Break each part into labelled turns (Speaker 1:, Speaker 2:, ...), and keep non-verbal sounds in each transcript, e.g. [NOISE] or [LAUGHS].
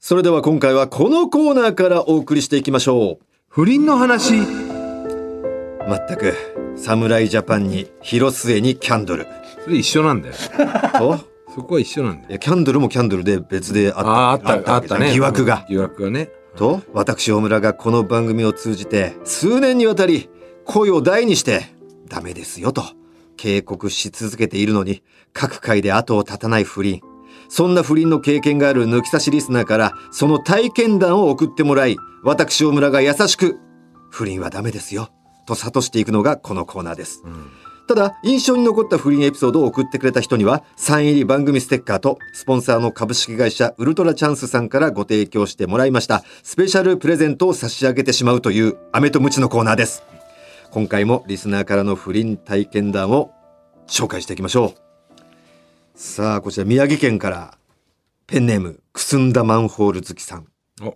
Speaker 1: それでは今回はこのコーナーからお送りしていきましょう。
Speaker 2: 不倫の話
Speaker 1: まったく、侍ジャパンに広末にキャンドル。
Speaker 2: それ一緒なんだよ
Speaker 1: と [LAUGHS]
Speaker 2: そこは一緒なんだ
Speaker 1: い
Speaker 2: よ
Speaker 1: やキャンドルもキャンドルで別であった。
Speaker 2: ああったあったね
Speaker 1: 疑惑が。
Speaker 2: 疑惑がね
Speaker 1: と、私大村がこの番組を通じて、数年にわたり、声を大にして、ダメですよと、警告し続けているのに、各界で後を絶たない不倫。そんな不倫の経験がある抜き差しリスナーから、その体験談を送ってもらい、私大村が優しく、不倫はダメですよ、と諭していくのがこのコーナーです。
Speaker 2: うん
Speaker 1: ただ、印象に残った不倫エピソードを送ってくれた人には、サイン入り番組ステッカーと、スポンサーの株式会社ウルトラチャンスさんからご提供してもらいました、スペシャルプレゼントを差し上げてしまうという、飴とムチのコーナーです。今回もリスナーからの不倫体験談を紹介していきましょう。さあ、こちら宮城県から、ペンネーム、くすんだマンホール好きさん
Speaker 2: お。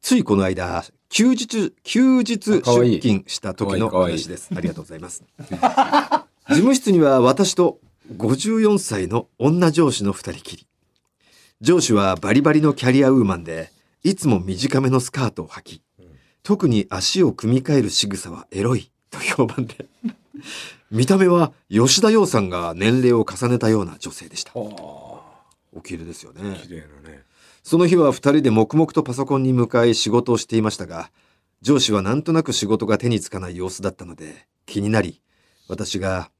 Speaker 1: ついこの間、休日、休日出
Speaker 2: かわいい
Speaker 1: 勤した時の
Speaker 2: かわいい
Speaker 1: 話です。ありがとうございます。 [LAUGHS] 事務室には私と54歳の女上司の2人きり上司はバリバリのキャリアウーマンでいつも短めのスカートを履き特に足を組み替える仕草はエロいと評判で見た目は吉田羊さんが年齢を重ねたような女性でしたお綺麗ですよね
Speaker 2: 綺麗なね
Speaker 1: その日は2人で黙々とパソコンに向かい仕事をしていましたが、上司はなんとなく仕事が手につかない様子だったので、気になり、私が、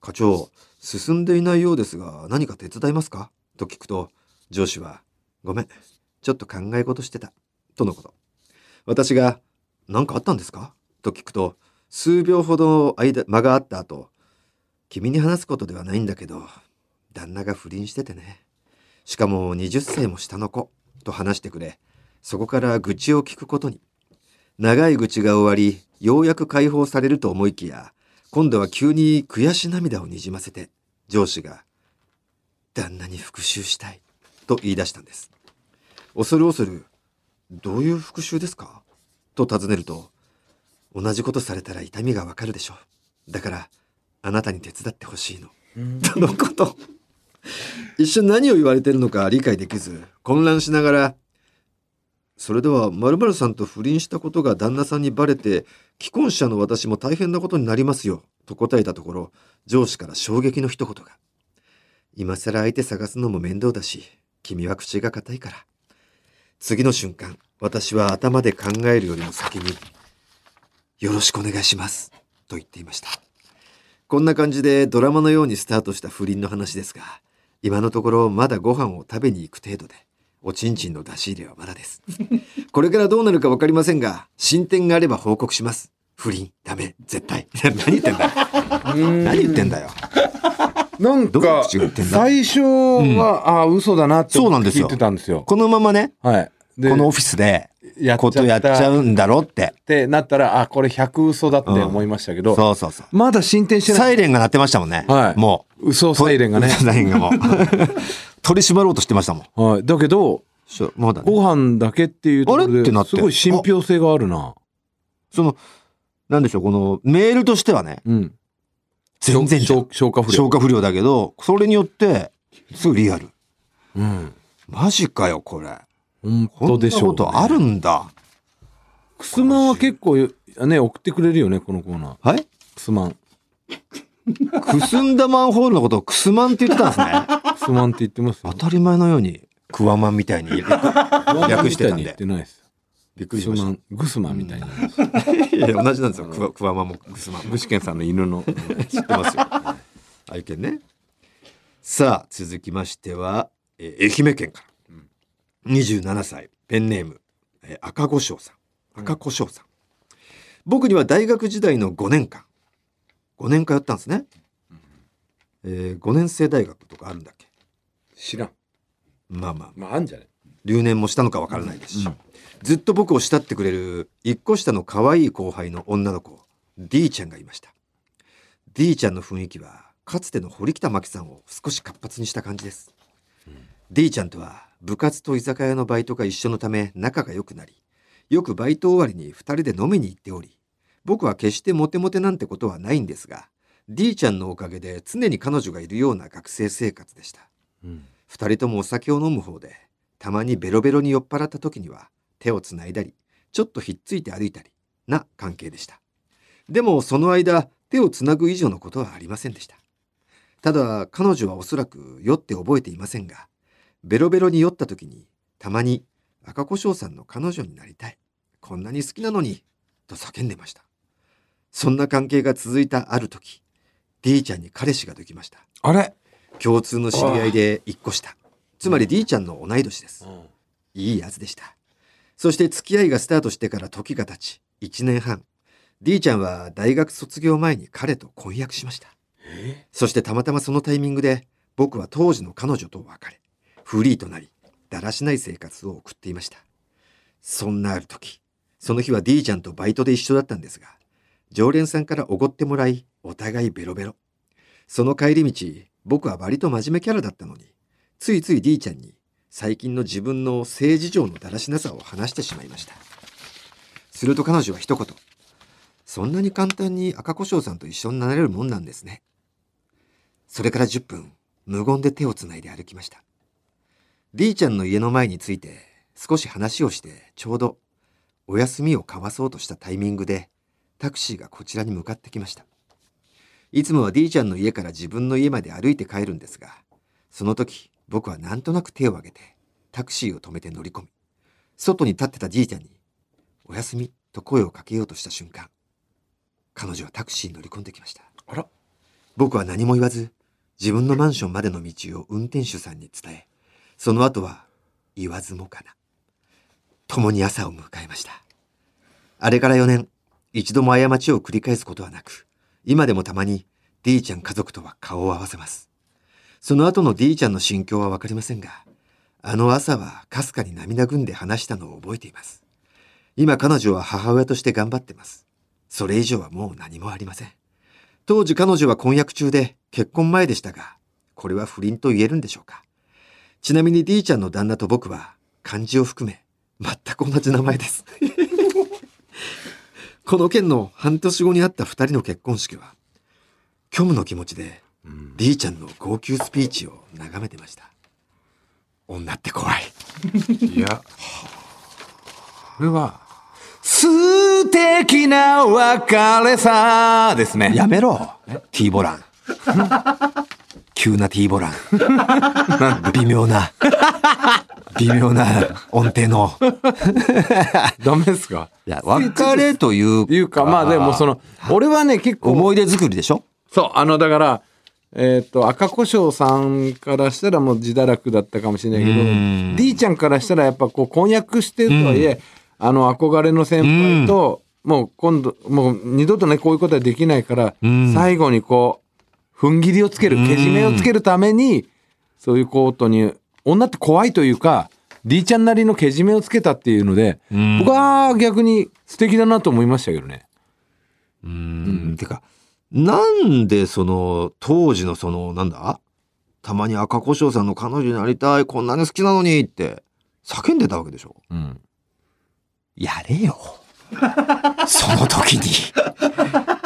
Speaker 1: 課長、進んでいないようですが、何か手伝いますかと聞くと、上司は、ごめん、ちょっと考え事してた、とのこと。私が、何かあったんですかと聞くと、数秒ほど間、間があった後、君に話すことではないんだけど、旦那が不倫しててね。しかも20歳も下の子と話してくれ、そこから愚痴を聞くことに。長い愚痴が終わり、ようやく解放されると思いきや、今度は急に悔し涙をにじませて、上司が、旦那に復讐したい、と言い出したんです。恐る恐る、どういう復讐ですかと尋ねると、同じことされたら痛みがわかるでしょう。だから、あなたに手伝ってほしいの。とのこと。一瞬何を言われてるのか理解できず混乱しながら「それでは〇〇さんと不倫したことが旦那さんにバレて既婚者の私も大変なことになりますよ」と答えたところ上司から衝撃の一言が「今更相手探すのも面倒だし君は口が硬いから」次の瞬間私は頭で考えるよりも先に「よろしくお願いします」と言っていました。こんな感じでドラマのようにスタートした不倫の話ですが、今のところまだご飯を食べに行く程度で、おちんちんの出し入れはまだ
Speaker 2: [LAUGHS]
Speaker 1: です。これからどうなるかわかりませんが、進展があれば報告します。不倫、ダメ、絶対。 [LAUGHS] 何言ってんだ
Speaker 2: [LAUGHS]
Speaker 1: よ。 [LAUGHS] 何言ってんだよ。
Speaker 2: なん
Speaker 1: どんな
Speaker 2: か
Speaker 1: 口が言ってんだ
Speaker 2: 最初はああ嘘だなって
Speaker 1: そうなんです
Speaker 2: 聞
Speaker 1: よ
Speaker 2: いてたんですよ
Speaker 1: このままね、
Speaker 2: はいで
Speaker 1: このオフィスで、
Speaker 2: やっちゃ
Speaker 1: こ
Speaker 2: った
Speaker 1: とやっちゃうんだろうって
Speaker 2: っ。てなったらあこれ100嘘だって思いましたけど
Speaker 1: そうそうそう。
Speaker 2: まだ進展してな
Speaker 1: サ
Speaker 2: い
Speaker 1: イレンが鳴ってましたもんね。
Speaker 2: はい
Speaker 1: もう。
Speaker 2: 嘘サイレンがね
Speaker 1: サイレンが
Speaker 2: [LAUGHS]
Speaker 1: もう。取り締まろうとしてましたもん。
Speaker 2: はいだけど
Speaker 1: しょまだね
Speaker 2: ご飯だけっていうとこ
Speaker 1: あれ
Speaker 2: ろ
Speaker 1: ってなっ
Speaker 2: で
Speaker 1: て
Speaker 2: すごい信憑性があるな
Speaker 1: その、なんでしょう、このメールとしてはね、
Speaker 2: うん
Speaker 1: 全然じゃん
Speaker 2: 消消化不良
Speaker 1: 消化不良だけど、それによって、すぐリアル。
Speaker 2: うん
Speaker 1: マジかよ、これ。
Speaker 2: 本
Speaker 1: こ
Speaker 2: 当
Speaker 1: んな
Speaker 2: でしょ
Speaker 1: こ
Speaker 2: う
Speaker 1: とあるんだ。
Speaker 2: クスマンは結構ね送ってくれるよねこのコーナー
Speaker 1: はい
Speaker 2: クスマン
Speaker 1: くすんだマンホールのことをくすまんって言ってたん [LAUGHS] ですね。
Speaker 2: クスマンって言ってます
Speaker 1: 当
Speaker 2: よ
Speaker 1: たり前のように、クワマンみたいに。略してたんで
Speaker 2: クスマンみいに言ってないです
Speaker 1: びっく
Speaker 2: ク
Speaker 1: りし
Speaker 2: ス
Speaker 1: ま
Speaker 2: マ
Speaker 1: し
Speaker 2: ングスマンみたいな
Speaker 1: た。いや、同じなんですよ。クワクワマンもくすまんも。
Speaker 2: 具志堅さんの犬の
Speaker 1: 知ってますよ。愛犬ね。さあ、続きましては、えー愛媛県から。27歳、ペンネーム、えー赤胡椒さん。赤胡椒さん。僕には大学時代の5年間。5年通ったんですね。え5年生大学とかあるんだっけ
Speaker 2: 知らん
Speaker 1: まあまあ、
Speaker 2: まああんじゃね
Speaker 1: 留年もしたのかわからないですし、
Speaker 2: うん
Speaker 1: ずっと僕を慕ってくれる一個下の可愛い後輩の女の子 D ちゃんがいました D ちゃんの雰囲気はかつての堀北真希さんを少し活発にした感じです、D ちゃんとは部活と居酒屋のバイトが一緒のため仲が良くなりよくバイト終わりに2人で飲みに行っており僕は決してモテモテなんてことはないんですが D ちゃんのおかげで常に彼女がいるような学生生活でした
Speaker 2: うん
Speaker 1: 二人ともお酒を飲む方でたまにベロベロに酔っ払った時には手をつないだりちょっとひっついて歩いたりな関係でしたでもその間手をつなぐ以上のことはありませんでしたただ彼女はおそらく酔って覚えていませんがベロベロに酔った時にたまに赤胡椒さんの彼女になりたいこんなに好きなのにと叫んでましたそんな関係が続いたある時 D ちゃんに彼氏ができました
Speaker 2: あれ、
Speaker 1: 共通の知り合いで一個下つまり D ちゃんの同い年ですいいやつでしたそして付き合いがスタートしてから時が経ち1年半 D ちゃんは大学卒業前に彼と婚約しました
Speaker 2: え
Speaker 1: そしてたまたまそのタイミングで僕は当時の彼女と別れフリーとなりだらしない生活を送っていましたそんなある時その日は D ちゃんとバイトで一緒だったんですが常連さんからおごってもらいお互いベロベロその帰り道僕は割と真面目キャラだったのについつい D ちゃんに最近の自分の性事情のだらしなさを話してしまいましたすると彼女は一言「そんなに簡単に赤胡椒さんと一緒になれるもんなんですね」それから10分、無言で手をつないで歩きました。D ちゃんの家の前に着いて、少し話をして、ちょうど、お休みを交わそうとしたタイミングで、タクシーがこちらに向かってきました。いつもは D ちゃんの家から自分の家まで歩いて帰るんですが、その時、僕はなんとなく手を挙げて、タクシーを止めて乗り込み、外に立ってた D ちゃんに、おやすみと声をかけようとした瞬間、彼女はタクシーに乗り込んできました。
Speaker 2: あら、
Speaker 1: 僕は何も言わず、自分のマンションまでの道を運転手さんに伝え、その後は言わずもかな。共に朝を迎えました。あれから4年、一度も過ちを繰り返すことはなく、今でもたまに D ちゃん家族とは顔を合わせます。その後の D ちゃんの心境はわかりませんが、あの朝はかすかに涙ぐんで話したのを覚えています。今彼女は母親として頑張ってます。それ以上はもう何もありません。当時彼女は婚約中で結婚前でしたが、これは不倫と言えるんでしょうか。ちなみに D ちゃんの旦那と僕は漢字を含め全く同じ名前です。 [LAUGHS] この件の半年後にあった二人の結婚式は、虚無の気持ちで
Speaker 2: うん、
Speaker 1: D ちゃんの号泣スピーチを眺めてました。女って怖い。
Speaker 2: いや、これは、素敵な別れさですね。
Speaker 1: やめろ !T ボラン。急な T ボラン。微妙な。微妙な音程の。
Speaker 2: ダメですか
Speaker 1: いや、別れという
Speaker 2: いうか、まあでもその、俺はね、結構、
Speaker 1: 思い出作りでしょ
Speaker 2: そう、あの、だから、えっ、と、赤胡椒さんからしたらもう自堕落だったかもしれないけ
Speaker 1: ん
Speaker 2: ど、D ちゃんからしたらやっぱこう、婚約してとはいえ、あの、憧れの先輩と、もう今度、もう二度とね、こういうことはできないから、
Speaker 1: ん
Speaker 2: 最後にこう、踏ん切りをつける、けじめをつけるために、そういうことに、女って怖いというか、D ちゃんなりのけじめをつけたっていうので、
Speaker 1: ん
Speaker 2: 僕は逆に素敵だなと思いましたけどね。
Speaker 1: うん。てか、なんでその、当時のその、なんだたまに赤胡椒さんの彼女になりたい、こんなに好きなのにって、叫んでたわけでしょ
Speaker 2: うん。
Speaker 1: やれよ。その時に。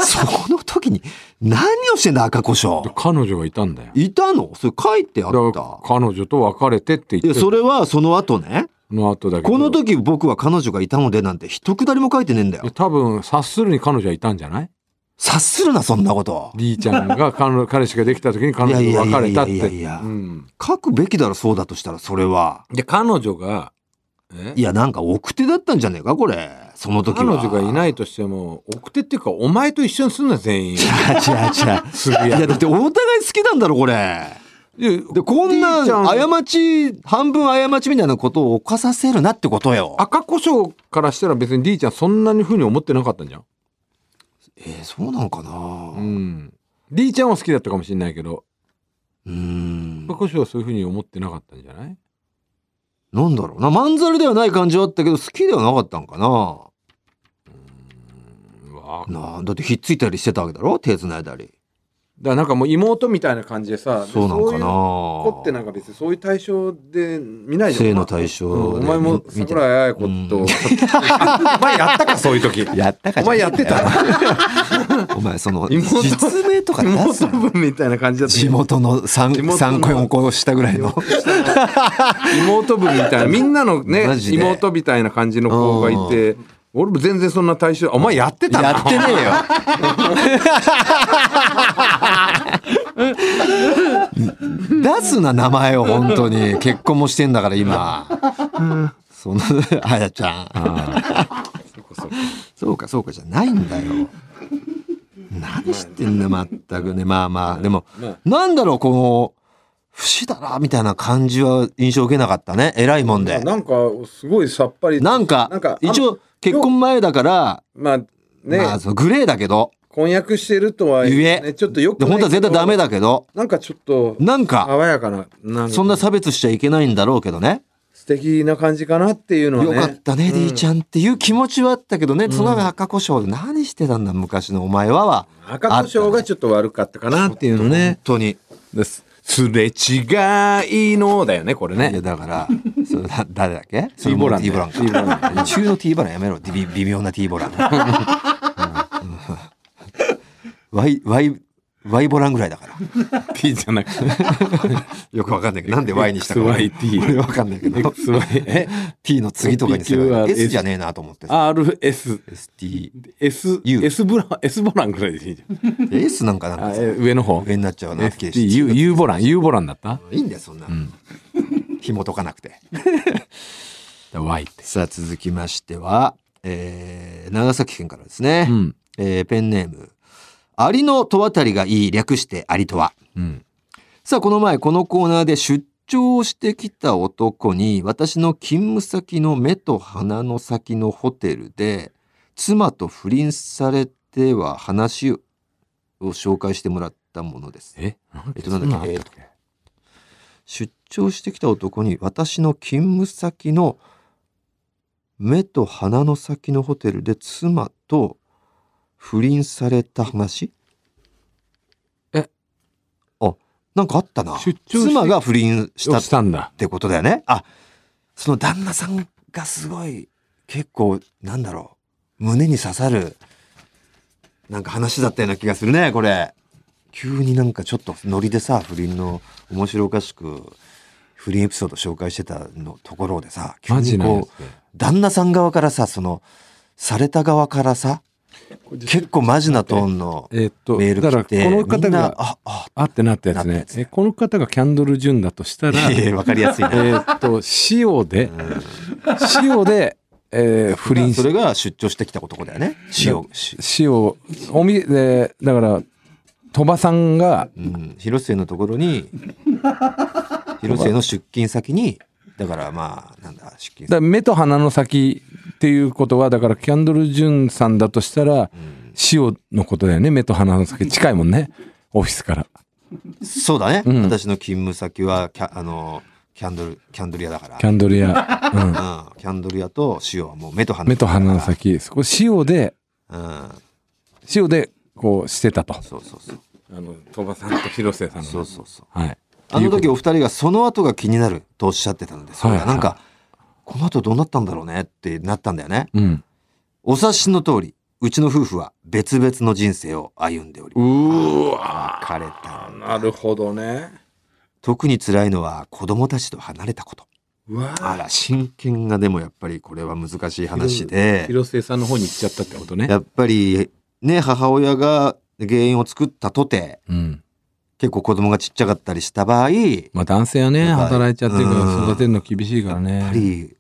Speaker 1: その時に、何をしてんだ赤胡椒。
Speaker 2: 彼女がいたんだよ。
Speaker 1: いたのそれ書いてあっ
Speaker 2: だから
Speaker 1: た。
Speaker 2: 彼女と別れてって言
Speaker 1: い
Speaker 2: っ
Speaker 1: や、
Speaker 2: て
Speaker 1: それはその後ね。
Speaker 2: の後だけど
Speaker 1: この時僕は彼女がいたのでなんて一くだりも書いてねえんだ
Speaker 2: いや
Speaker 1: よ。
Speaker 2: 多分察するに彼女はいたんじゃない
Speaker 1: 察するな、そんなこと。
Speaker 2: ?D ちゃんが彼女彼氏ができた時に彼女と別れたって
Speaker 1: いやいやいやいやいや
Speaker 2: うん
Speaker 1: 書くべきだろ、そうだとしたら、それは。
Speaker 2: で彼女がえ
Speaker 1: いや、なんか奥手だったんじゃねえか、これ。その時
Speaker 2: 彼
Speaker 1: は。
Speaker 2: 女がい
Speaker 1: い。
Speaker 2: ないとしても奥手っていうかお前と一緒にすんな全員
Speaker 1: 違う
Speaker 2: すぐ
Speaker 1: 違
Speaker 2: や
Speaker 1: う。いや、
Speaker 2: る
Speaker 1: だってお互い好きなんだろ、これ。
Speaker 2: で
Speaker 1: で、こんな
Speaker 2: D ちゃん
Speaker 1: 過ち、半分過ちみたいなことを犯させるなってことよ。
Speaker 2: 赤胡椒からしたら別に D ちゃんそんなに風に思ってなかったんじゃん、
Speaker 1: えーそうなのかな
Speaker 2: う、
Speaker 1: うん
Speaker 2: D ちゃんは好きだったかもしれないけど
Speaker 1: ーん
Speaker 2: 赤。胡椒はそういう風に思ってなかったんじゃない
Speaker 1: なんだろうな。まんざらではない感じはあったけど、好きではなかったんかな
Speaker 2: うわ
Speaker 1: なあ、だってひっついたりしてたわけだろ手繋いだり。
Speaker 2: だからなんかもう妹みたいな感じでさで
Speaker 1: そうなんかな
Speaker 2: そういう子ってなんか別にそういう対象で見ないじゃん
Speaker 1: 性の対象
Speaker 2: うんお前も
Speaker 1: で見て
Speaker 2: 桜井彩子 [LAUGHS] と、
Speaker 1: うん
Speaker 2: お前やったかそういう時
Speaker 1: やったか
Speaker 2: お前やってた
Speaker 1: お前その
Speaker 2: 妹
Speaker 1: 実名とか出す
Speaker 2: 妹
Speaker 1: な
Speaker 2: 分みたいな感じだった
Speaker 1: 地元の
Speaker 2: 地元
Speaker 1: 3
Speaker 2: の
Speaker 1: 三個4個下ぐらいの
Speaker 2: 妹分みたい
Speaker 1: [LAUGHS]
Speaker 2: なみんなのね
Speaker 1: マジで
Speaker 2: 妹みたいな感じの子がいて俺も全然そんな対象お前やってたな
Speaker 1: やってねえよ出すな名前を本当に結婚もしてんだから今そのあやちゃんそうかそうかじゃないんだよ何してんだよ全くねまあまあでも
Speaker 2: まあ
Speaker 1: なんだろうこの不死だなみたいな感じは印象受けなかったね偉いもんで
Speaker 2: なんかすごいさっぱり
Speaker 1: なんか
Speaker 2: なんか
Speaker 1: 一応結婚前だから
Speaker 2: まあね、
Speaker 1: まあそのグレーだけど
Speaker 2: 婚約してるとは
Speaker 1: ゆえ
Speaker 2: ね、ちょっとよく
Speaker 1: で
Speaker 2: ない
Speaker 1: 本当は絶対ダメだけど
Speaker 2: なんかちょっと
Speaker 1: なんか
Speaker 2: 爽やかななんか
Speaker 1: そんな差別しちゃいけないんだろうけどね
Speaker 2: 素敵な感じかなっていうのはね
Speaker 1: よかったね D ちゃんっていう気持ちはあったけどねその赤胡椒で何してたんだ昔のお前はは
Speaker 2: 赤胡椒がちょっと悪かったかなっていうのね
Speaker 1: 本当にい
Speaker 2: ですすれ違いのだよねこれ
Speaker 1: やだから [LAUGHS] それだ誰だっけ
Speaker 2: ティーボラン
Speaker 1: ティーボラン
Speaker 2: ティーボラン
Speaker 1: か中のティーボランやめろ微微妙なティーボランうんワイワイワイボランぐらいだから
Speaker 2: T じゃなくて
Speaker 1: よくわかんないけどなんで Y にしたか
Speaker 2: XYT
Speaker 1: 俺わかんないけど
Speaker 2: XY え
Speaker 1: T の次とかにすれ
Speaker 2: PQ
Speaker 1: ば
Speaker 2: は
Speaker 1: S じゃねえなと思ってさ
Speaker 2: RSS
Speaker 1: ST U
Speaker 2: S ボラン S ボランぐらいでいいじゃん
Speaker 1: S なんかなんかさ
Speaker 2: え上の方
Speaker 1: 上になっちゃうなって気がして
Speaker 2: U, U ボラン U ボランだった
Speaker 1: いいんだよそんな、紐解かなくて
Speaker 2: Y って
Speaker 1: さあ続きましては、えー長崎県からですね、
Speaker 2: うん
Speaker 1: えーペンネーム「アリの戸渡りがいい」略して「アリとは」
Speaker 2: うん
Speaker 1: さあこの前このコーナーで出張をしてきた男に私の勤務先の目と鼻の先のホテルで妻と不倫されては話を紹介してもらったものです。
Speaker 2: え
Speaker 1: えっとなんだっけ出張してきた男に私の勤務先の目と鼻の先のホテルで妻と不倫された話
Speaker 2: え
Speaker 1: あなんかあったな
Speaker 2: 出張して
Speaker 1: 妻が不倫したっ
Speaker 2: したんだ
Speaker 1: てことだよねあその旦那さんがすごい結構なんだろう胸に刺さるなんか話だったような気がするねこれ急になんかちょっとノリでさ不倫の面白おかしく不倫エピソード紹介してたのところでさ急
Speaker 2: マジ
Speaker 1: に
Speaker 2: なやつ
Speaker 1: こう旦那さん側からさそのされた側からさ結構マジなトーンの
Speaker 2: えっと
Speaker 1: メール
Speaker 2: だか
Speaker 1: 来
Speaker 2: らこ
Speaker 1: て
Speaker 2: の
Speaker 1: み
Speaker 2: 方
Speaker 1: んな
Speaker 2: が
Speaker 1: ああ
Speaker 2: あってなったやつ
Speaker 1: なったや
Speaker 2: ね
Speaker 1: つ
Speaker 2: えこの方がキャンドル・ジュンだとしたら
Speaker 1: いやいやわかりやすいな
Speaker 2: えーっと塩で塩で、 [LAUGHS] えー不倫
Speaker 1: そ
Speaker 2: し
Speaker 1: れが出張してきた男だよね塩し
Speaker 2: 塩おみでだから鳥羽さんが
Speaker 1: うん、広末のところ
Speaker 2: [LAUGHS]
Speaker 1: に広末の出勤先にだからまあなんだ出勤
Speaker 2: だから目と鼻の先っていうことはだからキャンドル・ジュンさんだとしたら塩のことだよね目と鼻の先近いもんねオフィスから
Speaker 1: 先そうだね、
Speaker 2: ん
Speaker 1: 私の勤務先はキャあのキャンドルキャンドル屋だから
Speaker 2: キャンドルや、うん、
Speaker 1: うん、キャンドル屋と塩はもう目と鼻
Speaker 2: 目と鼻の、先そこ塩で
Speaker 1: うん、
Speaker 2: 塩でこうしてたと
Speaker 1: そうそうそう
Speaker 2: あの鳥羽さんと広瀬さんの
Speaker 1: そうそうそう
Speaker 2: はい
Speaker 1: あの時お二人がその後が気になるとおっしゃってたのでそれが
Speaker 2: はいはい
Speaker 1: なんか、この後どうなったんだろうねってなったんだよね
Speaker 2: うん
Speaker 1: お察しの通りうちの夫婦は別々の人生を歩んでおり
Speaker 2: うーわ
Speaker 1: 枯れた
Speaker 2: ーなるほどね
Speaker 1: 特に辛いのは子供たちと離れたこと
Speaker 2: うわー
Speaker 1: あら真剣がでもやっぱりこれは難しい話で
Speaker 2: 広瀬さんの方に行っちゃったってことね
Speaker 1: やっぱりね母親が原因を作ったとて
Speaker 2: うん
Speaker 1: 結構子供がちっちゃかったりした場合や
Speaker 2: まあ男性はね
Speaker 1: やっぱり
Speaker 2: 働いちゃってるか
Speaker 1: うん
Speaker 2: ら育てるの厳しいから
Speaker 1: っぱ
Speaker 2: ね
Speaker 1: り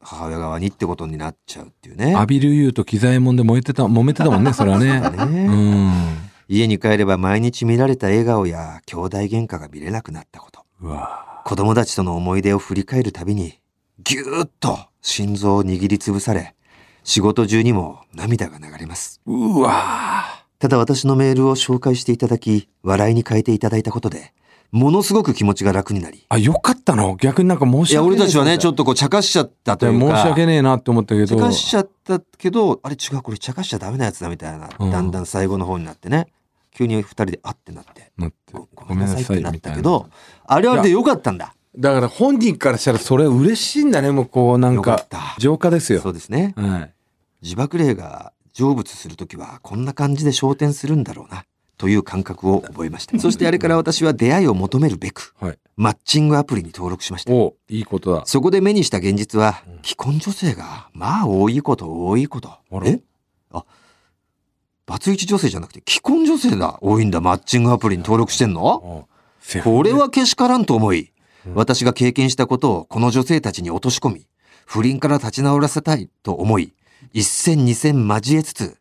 Speaker 1: 母親側にってことになっちゃうっていうね
Speaker 2: 阿ビルユーと機材もんで燃えてた揉めて
Speaker 1: [LAUGHS]
Speaker 2: たもんねそれはね
Speaker 1: ね
Speaker 2: う
Speaker 1: 家に帰れば毎日見られた笑顔や兄弟喧嘩が見れなくなったこと
Speaker 2: んうわ
Speaker 1: 子供たちとの思い出を振り返るたびにぎゅーっと心臓を握りつぶされ仕事中にも涙が流れます
Speaker 2: うわ
Speaker 1: ただ私のメールを紹介していただき、笑いに変えていただいたことで、ものすごく気持ちが楽になり。
Speaker 2: あよかったの逆になんか申
Speaker 1: い
Speaker 2: し訳
Speaker 1: や、
Speaker 2: ない
Speaker 1: 俺たちはね、ちょ
Speaker 2: っ
Speaker 1: っとこう、茶化しちゃったと
Speaker 2: 申
Speaker 1: いうか。
Speaker 2: し訳ねえなって思ったけ
Speaker 1: 茶
Speaker 2: ど
Speaker 1: 化しちゃったけど、あれ違う、これ茶化しちゃダメなやつだみたいな、
Speaker 2: うん
Speaker 1: だんだん最後の方になってね。急に二人であってなって
Speaker 2: なって
Speaker 1: ごご
Speaker 2: ご
Speaker 1: めん
Speaker 2: めん
Speaker 1: なさ
Speaker 2: な
Speaker 1: いっ
Speaker 2: さ
Speaker 1: て
Speaker 2: い
Speaker 1: なっ
Speaker 2: み
Speaker 1: た
Speaker 2: た
Speaker 1: け
Speaker 2: いな
Speaker 1: どあれはあれでよかったんだ
Speaker 2: だから本人からしたらそれは嬉しいんだねもうこうなん
Speaker 1: よかっ
Speaker 2: か
Speaker 1: た
Speaker 2: 浄化ですよ
Speaker 1: そうですね
Speaker 2: はい
Speaker 1: 自爆霊が成仏するときはこんな感じで昇天するんだろうなという感覚を覚えま
Speaker 2: [LAUGHS]
Speaker 1: したそしてあれから私は出会いを求めるべく
Speaker 2: はい
Speaker 1: マッチングアプリに登録しました
Speaker 2: おいいことだ
Speaker 1: そこで目にした現実は
Speaker 2: うん、
Speaker 1: 既婚女性が、まあ多いこと多いこと
Speaker 2: あ。ら
Speaker 1: えあ、バツイチ女性じゃなくて、既婚女性だ。多いんだ、マッチングアプリに登録してんの
Speaker 2: おセフレ
Speaker 1: これはけしからんと思い
Speaker 2: うん、
Speaker 1: 私が経験したことをこの女性たちに落とし込み、不倫から立ち直らせたいと思い、一戦二戦交えつつ、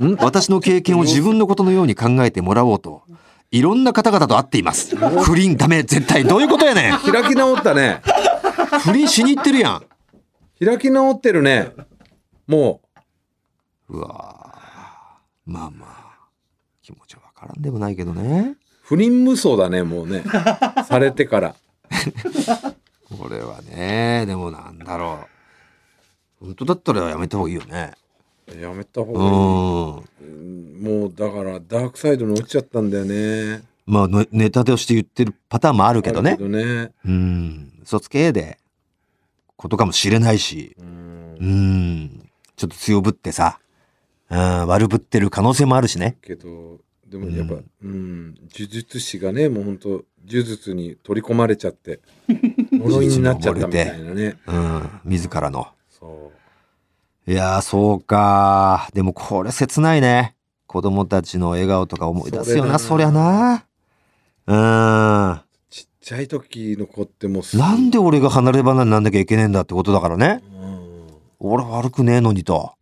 Speaker 1: んんん私の経験を自分のことのように考えてもらおうと、いろんな方々と会っています。不倫ダメ、絶対。どういうことやねん
Speaker 2: 開き直ったね
Speaker 1: 不倫しに行ってるやん。
Speaker 2: 開き直ってるねも
Speaker 1: うわーまあまあ、気持ちはわからんでもないけどね。
Speaker 2: う不倫無双だねもうねされてから
Speaker 1: これはね、でもなんだろう。本当だったらやめた方がいいよね。
Speaker 2: やめた方
Speaker 1: う
Speaker 2: が
Speaker 1: ん。
Speaker 2: いいうんもうだからダークサイドに落ちちゃったんだよね
Speaker 1: まあ、ねネタとして言ってるパターンもあるけど
Speaker 2: あ
Speaker 1: ね
Speaker 2: る。ね
Speaker 1: うん。嘘つけで、ことかもしれないし。
Speaker 2: うん
Speaker 1: うん。ちょっと強ぶってさ、うん、悪ぶってる可能性もあるしね。
Speaker 2: けどでもやっぱ、うん呪術師がねもうほんと呪術に取り込まれちゃ [LAUGHS] って呪いになっちゃったみたいなね
Speaker 1: うん。自らの。
Speaker 2: そ
Speaker 1: いやー、そうかー。でもこれ切ないね。子供たちの笑顔とか思い出すよな、
Speaker 2: そ
Speaker 1: そ
Speaker 2: れ
Speaker 1: り
Speaker 2: だ
Speaker 1: ゃな。うーん。
Speaker 2: うちっちゃい時の子ってもうす
Speaker 1: なんで俺が離れ離れになんなきゃいけねえんだってことだからね。
Speaker 2: うん
Speaker 1: 俺悪くねえのにと。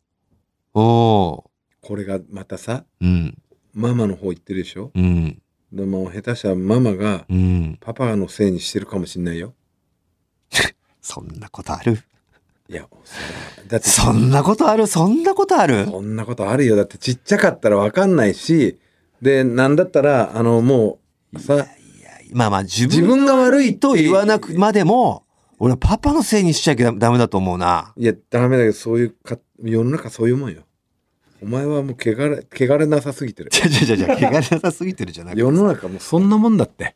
Speaker 1: お
Speaker 2: これがまたさ
Speaker 1: ー。うん、
Speaker 2: ママの方行ってるでしょ
Speaker 1: うん、
Speaker 2: でも下手したらママが
Speaker 1: うん。
Speaker 2: パパのせいにしてるかもしんないよ
Speaker 1: そんなことある
Speaker 2: いやそれだって
Speaker 1: そんなことあるそんなことある
Speaker 2: そんなことあるよだってちっちゃかったらわかんないしでなんだったらあのもうさ
Speaker 1: まあまあ自
Speaker 2: 自
Speaker 1: 分
Speaker 2: 分が悪い
Speaker 1: と言わな
Speaker 2: ま
Speaker 1: くまでも、俺はパパのせいにしちゃいけダメだと思うな。
Speaker 2: いや、ダメだけど、そういうか、世の中そういうもんよ。お前はもう、汚れ、汚れなさすぎてる。
Speaker 1: じゃじゃじゃ、汚れなさすぎてるじゃなくて
Speaker 2: [LAUGHS] 世の中もうそんなもんだって。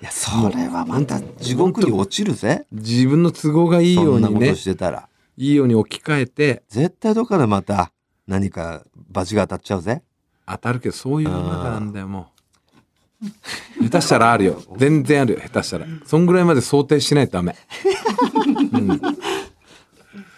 Speaker 1: いや、それはまた地獄に落ちるぜ。
Speaker 2: 自分の都合がいい
Speaker 1: そ
Speaker 2: ようん
Speaker 1: な
Speaker 2: に
Speaker 1: こ
Speaker 2: ね
Speaker 1: と、してたら。
Speaker 2: いいように置き換えて、
Speaker 1: 絶対どっかでまた何かバチが当たっちゃうぜ。
Speaker 2: 当たるけど、そういう世の中なんだよ、もう。下手したらあるよ。全然あるよ、下手したら。そんぐらいまで想定しないとダメ。うん。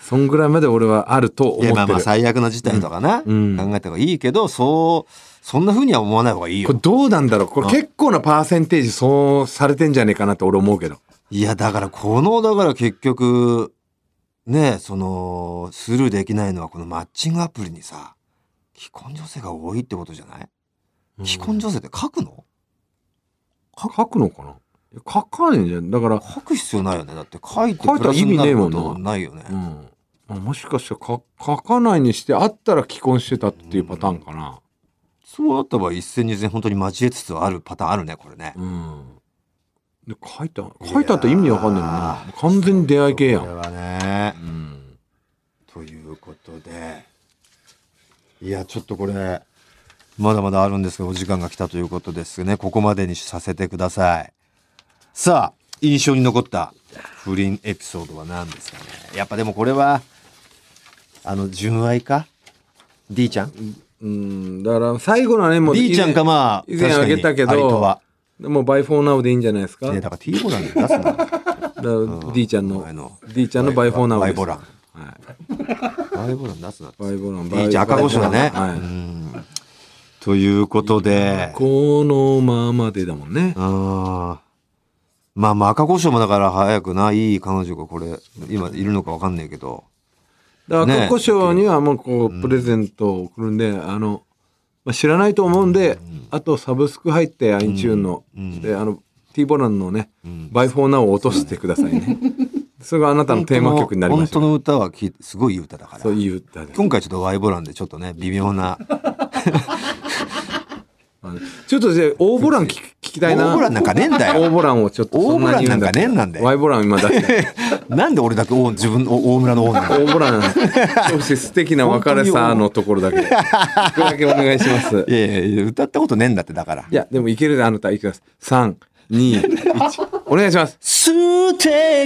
Speaker 2: そんぐらいまで俺はあると思っ
Speaker 1: い
Speaker 2: て
Speaker 1: や、
Speaker 2: る。
Speaker 1: まあまあ最悪な事態とかな。
Speaker 2: うん
Speaker 1: 考えた方がいいけど、そう、そんな風には思わない方がいい
Speaker 2: これ
Speaker 1: よ。
Speaker 2: どうなんだろうこれ結構なパーセンテージそうされてんじゃねえかなって俺思うけど。
Speaker 1: いや、だからこの、だから結局、ね、その、スルーできないのはこのマッチングアプリにさ、既婚女性が多いってことじゃない既婚女性って書くの
Speaker 2: 書くのかないや書かないんじゃんだから、
Speaker 1: 書く必要ないよね。だって書いて
Speaker 2: 書いたら意味ねえも
Speaker 1: プラス
Speaker 2: んな
Speaker 1: にることないよね。
Speaker 2: うんまあ、もしかしたらか書かないにしてあったら既婚してたっていうパターンかな、
Speaker 1: そうなった場合一戦二戦本当に交えつつあるパターンあるねこれね。
Speaker 2: うんで書いた書いたって意味わかんないもんな完全に出会い系や
Speaker 1: これ
Speaker 2: ん、
Speaker 1: はね
Speaker 2: う。ん、
Speaker 1: ということでいやちょっとこれまだまだあるんですけどお時間が来たということですねここまでにさせてください。さあ印象に残った不倫エピソードは何ですかねやっぱでもこれはあの純愛か ?D ちゃん
Speaker 2: うん、だから最後のはねもう
Speaker 1: ?D ちゃんかまあ
Speaker 2: 以前
Speaker 1: 確か
Speaker 2: あ
Speaker 1: に
Speaker 2: げたけ
Speaker 1: アリと
Speaker 2: ど
Speaker 1: は。
Speaker 2: もうバイフォーナウでいいんじゃないですか。
Speaker 1: ね、
Speaker 2: だ
Speaker 1: だから T ボランで出すな。
Speaker 2: から D ちゃん
Speaker 1: お前の
Speaker 2: の D ちゃんのバイフォーナウです。
Speaker 1: バイボラン
Speaker 2: はい。
Speaker 1: バイボラン出すなって
Speaker 2: バイボラン。
Speaker 1: いいじゃん、赤
Speaker 2: バイ
Speaker 1: 越しだね。
Speaker 2: は
Speaker 1: う
Speaker 2: い。
Speaker 1: んということで、
Speaker 2: このままでだもんね。
Speaker 1: あまあまあ赤越しもだから早くないい彼女がこれ、今いるのかわかんないけど。
Speaker 2: だから
Speaker 1: ね
Speaker 2: 赤胡椒にはもうこうプレゼントを送るんで、あの、まあ、知らないと思うんで、あとサブスク入って iTune の、であの T ボランのね「バイフォーナを落としてください
Speaker 1: [LAUGHS]
Speaker 2: ね。それがあなたのテーマ曲になりま
Speaker 1: 本
Speaker 2: した。
Speaker 1: 当の歌はきすごいいい歌だから
Speaker 2: そう。いう歌です。
Speaker 1: 今回ちょっとワイボランでちょっとね、微妙な。
Speaker 2: あのちょっとじゃあ大ボラン聞き聞ききたいな。
Speaker 1: 大ボランなんかねえんだ
Speaker 2: 大
Speaker 1: よ。
Speaker 2: ボランをちょっとそなに言うだ
Speaker 1: 大ボランなんか
Speaker 2: ったら
Speaker 1: ねえんなんだよ
Speaker 2: ワイボラン今だって。
Speaker 1: なんで俺だけお自分お大村の王なんだ
Speaker 2: 大ボラン、少し素敵な別れさのところ
Speaker 1: [LAUGHS]
Speaker 2: だけ。これだけお願いします。
Speaker 1: いやいやいや歌ったことねえんだってだから
Speaker 2: いや、でもいけるで、あなた、いきます。三、 [LAUGHS] 二、一。お願いします。
Speaker 1: 素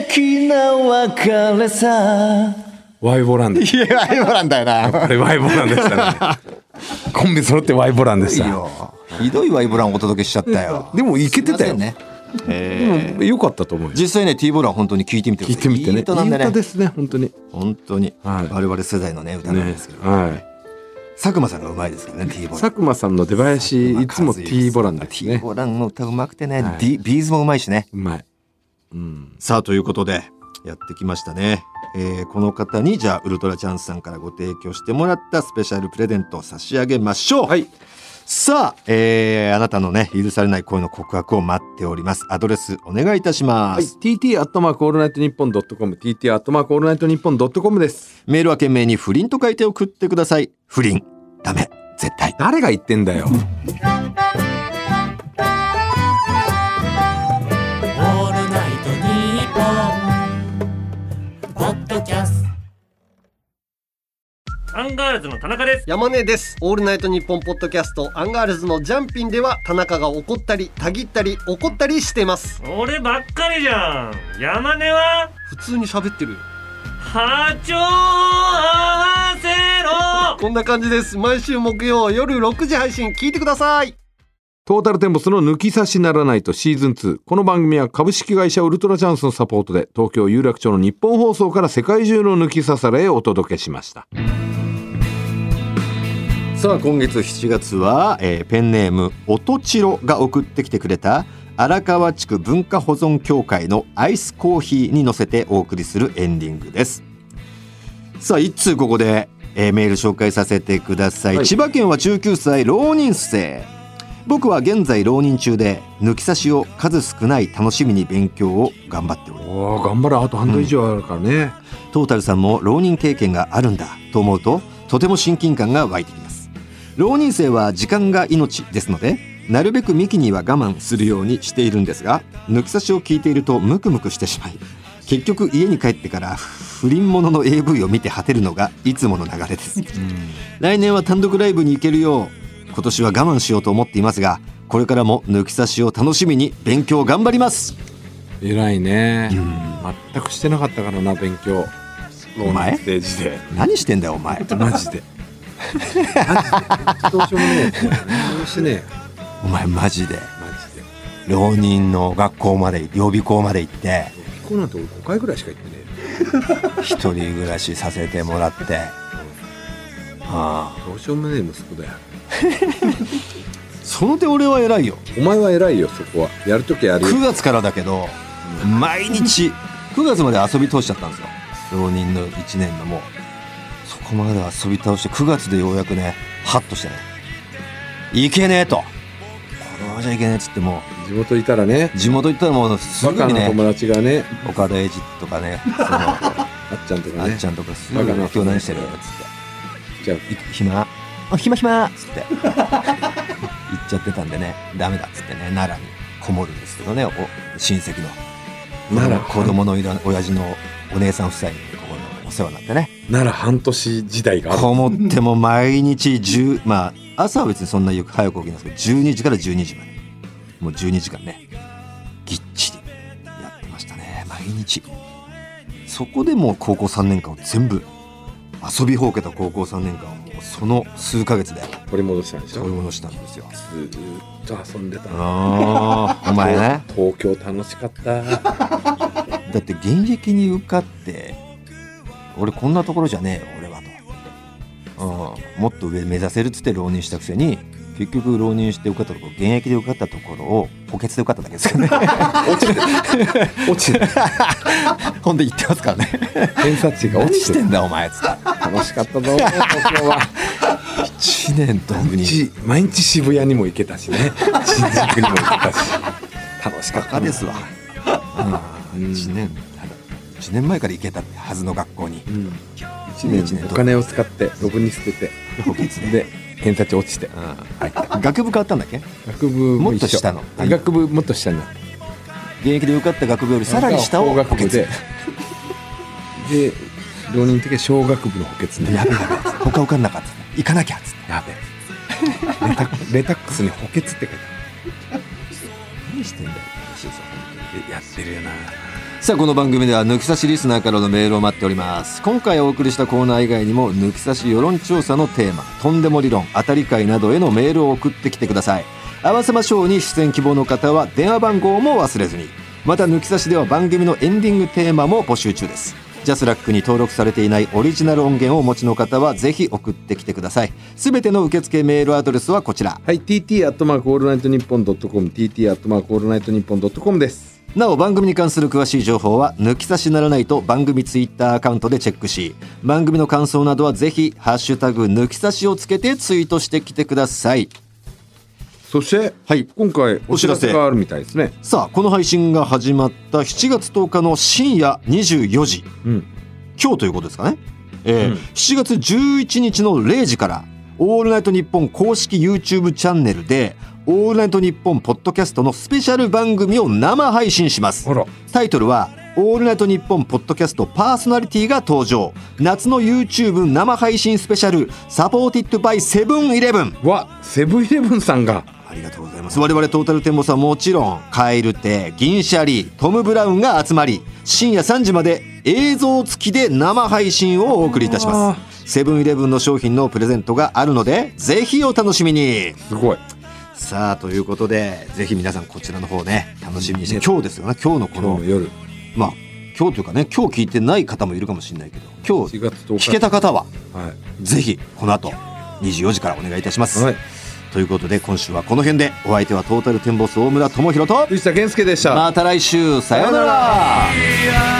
Speaker 1: 敵な別れさ
Speaker 2: ワイボランです。
Speaker 1: いや大ボランだよな
Speaker 2: あれ、ワイボランでしたね。コンビ揃ってワイボランでし
Speaker 1: いい
Speaker 2: た。
Speaker 1: よひどいワイブランをお届けしちゃったよ
Speaker 2: でも、いけてたよ。
Speaker 1: ね
Speaker 2: でもよかったと思うよ。
Speaker 1: 実際ね T ボラン本当に聞いてみてく
Speaker 2: 聞
Speaker 1: ださ
Speaker 2: いてみてね。
Speaker 1: いい歌なんで
Speaker 2: いい歌で
Speaker 1: ね
Speaker 2: すね、本当に。
Speaker 1: 本当に
Speaker 2: はい
Speaker 1: 我々世代のね歌なん
Speaker 2: ね
Speaker 1: ですけど
Speaker 2: は
Speaker 1: 佐久間さんがうまいですからね T ボ
Speaker 2: い。
Speaker 1: ラン
Speaker 2: 佐久間さんの出囃子、いつも T ボランですね
Speaker 1: T。ボランの歌うまくてね
Speaker 2: はい
Speaker 1: D- ビーズもうまいしね
Speaker 2: うまい。うん。
Speaker 1: さあということでやってきましたね、えーこの方にじゃあウルトラチャンスさんからご提供してもらったスペシャルプレゼントを差し上げましょう、
Speaker 2: はい。
Speaker 1: さあ、えーあなたのね許されない恋の告白を待っておりますアドレスお願いいたしま
Speaker 2: はい、
Speaker 1: す、
Speaker 2: TT アットマークオールナイトニッポンドットコム TT アットマークオールナイトニッポンドットコムです
Speaker 1: メールは懸命に不倫と書いて送ってください不倫ダメ絶対
Speaker 2: 誰が言ってんだよ
Speaker 3: オールナイトニッポン」ポッドキャスト
Speaker 4: アンガールズの田中です。
Speaker 5: 山根です。オールナイトニッポンポッドキャストアンガールズのジャンピンでは田中が怒ったり、たぎったり、怒ったりしてます。
Speaker 4: 俺ばっかりじゃん。山根は
Speaker 5: 普通に喋ってるよ。
Speaker 4: 波長合わせろ
Speaker 5: こんな感じです。毎週木曜夜6時配信聞いてください。
Speaker 2: トータルテンボスの抜き差しならないとシーズン2この番組は株式会社ウルトラチャンスのサポートで東京有楽町の日本放送から世界中の抜き差されへお届けしました
Speaker 1: さあ今月7月は、えーペンネームおとちろが送ってきてくれた荒川地区文化保存協会のアイスコーヒーに乗せてお送りするエンディングですさあ一通ここで、えーメール紹介させてください、
Speaker 2: はい
Speaker 1: 千葉県は19歳浪人生僕は現在浪人中で抜き差しを数少ない楽しみに勉強を頑張っております
Speaker 2: おー頑張れあと半年以上あるからね、
Speaker 1: トータルさんも浪人経験があるんだと思うととても親近感が湧いてきます浪人生は時間が命ですのでなるべく幹には我慢するようにしているんですが抜き差しを聞いているとムクムクしてしまい結局家に帰ってから不倫ものの AV を見て果てるのがいつもの流れです来年は単独ライブに行けるよう今年は我慢しようと思っていますがこれからも抜き差しを楽しみに勉強頑張ります
Speaker 2: 偉いね全くしてなかったからな勉強
Speaker 1: お前
Speaker 2: ステージで
Speaker 1: 何してんだよお前
Speaker 2: マジでマジでどうしようもねえどうもしてねえ
Speaker 1: お前マジで
Speaker 2: マジで
Speaker 1: 浪人の学校まで予備校まで行って
Speaker 2: 飛行なんて俺5回ぐらいしか行ってねえ
Speaker 1: 一人暮らしさせてもらってああ
Speaker 2: どうしようもねえ息子だよ
Speaker 1: その点俺は偉いよ
Speaker 2: お前は偉いよそこはやるときやるよ
Speaker 1: 9月からだけど毎日9月まで遊び通しちゃったんですよ浪人の1年のもうそこまで遊び倒して9月でようやくねハッとしてねいけねえとこのままじゃいけねえっつっても
Speaker 2: 地元いたらね
Speaker 1: う地元行ったらもうす
Speaker 2: バ
Speaker 1: ぐ
Speaker 2: カ
Speaker 1: に
Speaker 2: な
Speaker 1: ね
Speaker 2: 友達がね
Speaker 1: 岡田英二とかね [LAUGHS] そのあ
Speaker 2: あっちゃんとかね
Speaker 1: っちゃんとかすぐ
Speaker 2: バカな
Speaker 1: 今日何してるっつって
Speaker 2: じゃあ
Speaker 1: い暇あ暇暇っつって言っちゃってたんでねダメだっつってね奈良にこもるんですけどねお親戚の
Speaker 2: 奈良
Speaker 1: 子供のいら親父のお姉さん夫妻にここのお世話になってね
Speaker 2: なら半年時代がある
Speaker 1: こもっても毎日10まあ朝は別にそんなよく早く起きないですけど12時から12時までもう12時間ねぎっちりやってましたね毎日そこでもう高校3年間を全部遊びほうけた高校3年間をもうその数ヶ月で
Speaker 2: 取り戻したんでし
Speaker 1: 取り
Speaker 2: ょ
Speaker 1: 戻したんですよ
Speaker 2: ずーっと遊んでたな
Speaker 1: ああお前ね
Speaker 2: 東京楽しかった
Speaker 1: だって現役に受かって俺こんなところじゃねえよ俺はと、うん、もっと上目指せるっつって浪人したくせに結局浪人して受かったところ現役で受かったところを補欠で受かっただけです [LAUGHS] よね
Speaker 2: 落ちて落ちて
Speaker 1: ほんで言ってますからね
Speaker 2: 偏差値が
Speaker 1: 何
Speaker 2: 落ち
Speaker 1: してて
Speaker 2: る
Speaker 1: んだお前っつって
Speaker 2: 楽しかったぞ東京は
Speaker 1: 1年と
Speaker 2: 毎
Speaker 1: に
Speaker 2: 日毎日渋谷にも行けたしね新宿にも行けたし楽しかっ
Speaker 1: バ
Speaker 2: た
Speaker 1: カ
Speaker 2: な
Speaker 1: ですわ、うん、1年1年前から行けたってはずの学校に
Speaker 2: うん、1
Speaker 1: 一年
Speaker 2: 年お金を使ってロブに捨てて
Speaker 1: 補欠で
Speaker 2: で偏差値落ちて
Speaker 1: はい学部変わったんだっけ
Speaker 2: 学部
Speaker 1: もっと下の
Speaker 2: 一緒学部もっと下になっ
Speaker 1: 現役で受かった学部よりさらに下を
Speaker 2: 法学部でで浪人的に小学部の補欠ね
Speaker 1: やべえやべえ他受かんなかった行かなきゃっつって
Speaker 2: やべえレタレタックスに補欠って書いてある
Speaker 1: 何してんだよ石井さん本当に
Speaker 2: やってるよな
Speaker 1: さあこの番組では抜き差しリスナーからのメールを待っております今回お送りしたコーナー以外にも抜き差し世論調査のテーマとんでも理論当たり会などへのメールを送ってきてください合わせましょうに出演希望の方は電話番号も忘れずにまた抜き差しでは番組のエンディングテーマも募集中ですジャスラックに登録されていないオリジナル音源をお持ちの方はぜひ送ってきてくださいすべての受付メールアドレスはこちら
Speaker 2: はい TT アットマークオールナイトニッポンドットコム TT アットマークオールナイトニッポンドットコムです
Speaker 1: なお番組に関する詳しい情報は抜き差しならないと番組ツイッターアカウントでチェックし番組の感想などはぜひ「ハッシュタグ抜き差し」をつけてツイートしてきてください
Speaker 2: そして、
Speaker 1: はい
Speaker 2: 今回
Speaker 1: お
Speaker 2: お
Speaker 1: 知
Speaker 2: 知
Speaker 1: ら
Speaker 2: ら
Speaker 1: せ
Speaker 2: せがあるみたいですね。
Speaker 1: さあこの配信が始まった7月10日の深夜24時
Speaker 2: うん、
Speaker 1: 今日ということですかね、えー
Speaker 2: うん
Speaker 1: 7月11日の0時から「オールナイトニッポン」公式 YouTube チャンネルで「オールナイトニッポン」ポッドキャストのスペシャル番組を生配信します
Speaker 2: あら、
Speaker 1: タイトルは「オールナイトニッポン」ポッドキャストパーソナリティが登場夏の YouTube 生配信スペシャルサポーティッドバイセブンイレブン
Speaker 2: わ、セブンイレブンさんが、
Speaker 1: ありがとうございます我々トータルテンボスはもちろんカエルテ銀シャリトム・ブラウンが集まり深夜3時まで映像付きで生配信をお送りいたしますセブンイレブンの商品のプレゼントがあるのでぜひお楽しみに
Speaker 2: すごい。
Speaker 1: さあということでぜひ皆さんこちらの方ね楽しみにして今日ですよね今日のこ
Speaker 2: この
Speaker 1: の
Speaker 2: 夜、
Speaker 1: まあ今日というかね今日聞いてない方もいるかもしれないけど今日
Speaker 2: 4月10日。
Speaker 1: 聞けた方は
Speaker 2: は
Speaker 1: ぜひこの後24時からお願いいたしま
Speaker 2: い。
Speaker 1: す、
Speaker 2: はい。
Speaker 1: ということで今週はこの辺でお相手はトータルテンボス大村智広と
Speaker 2: 藤田健介でした。
Speaker 1: また来週さようなら
Speaker 3: 「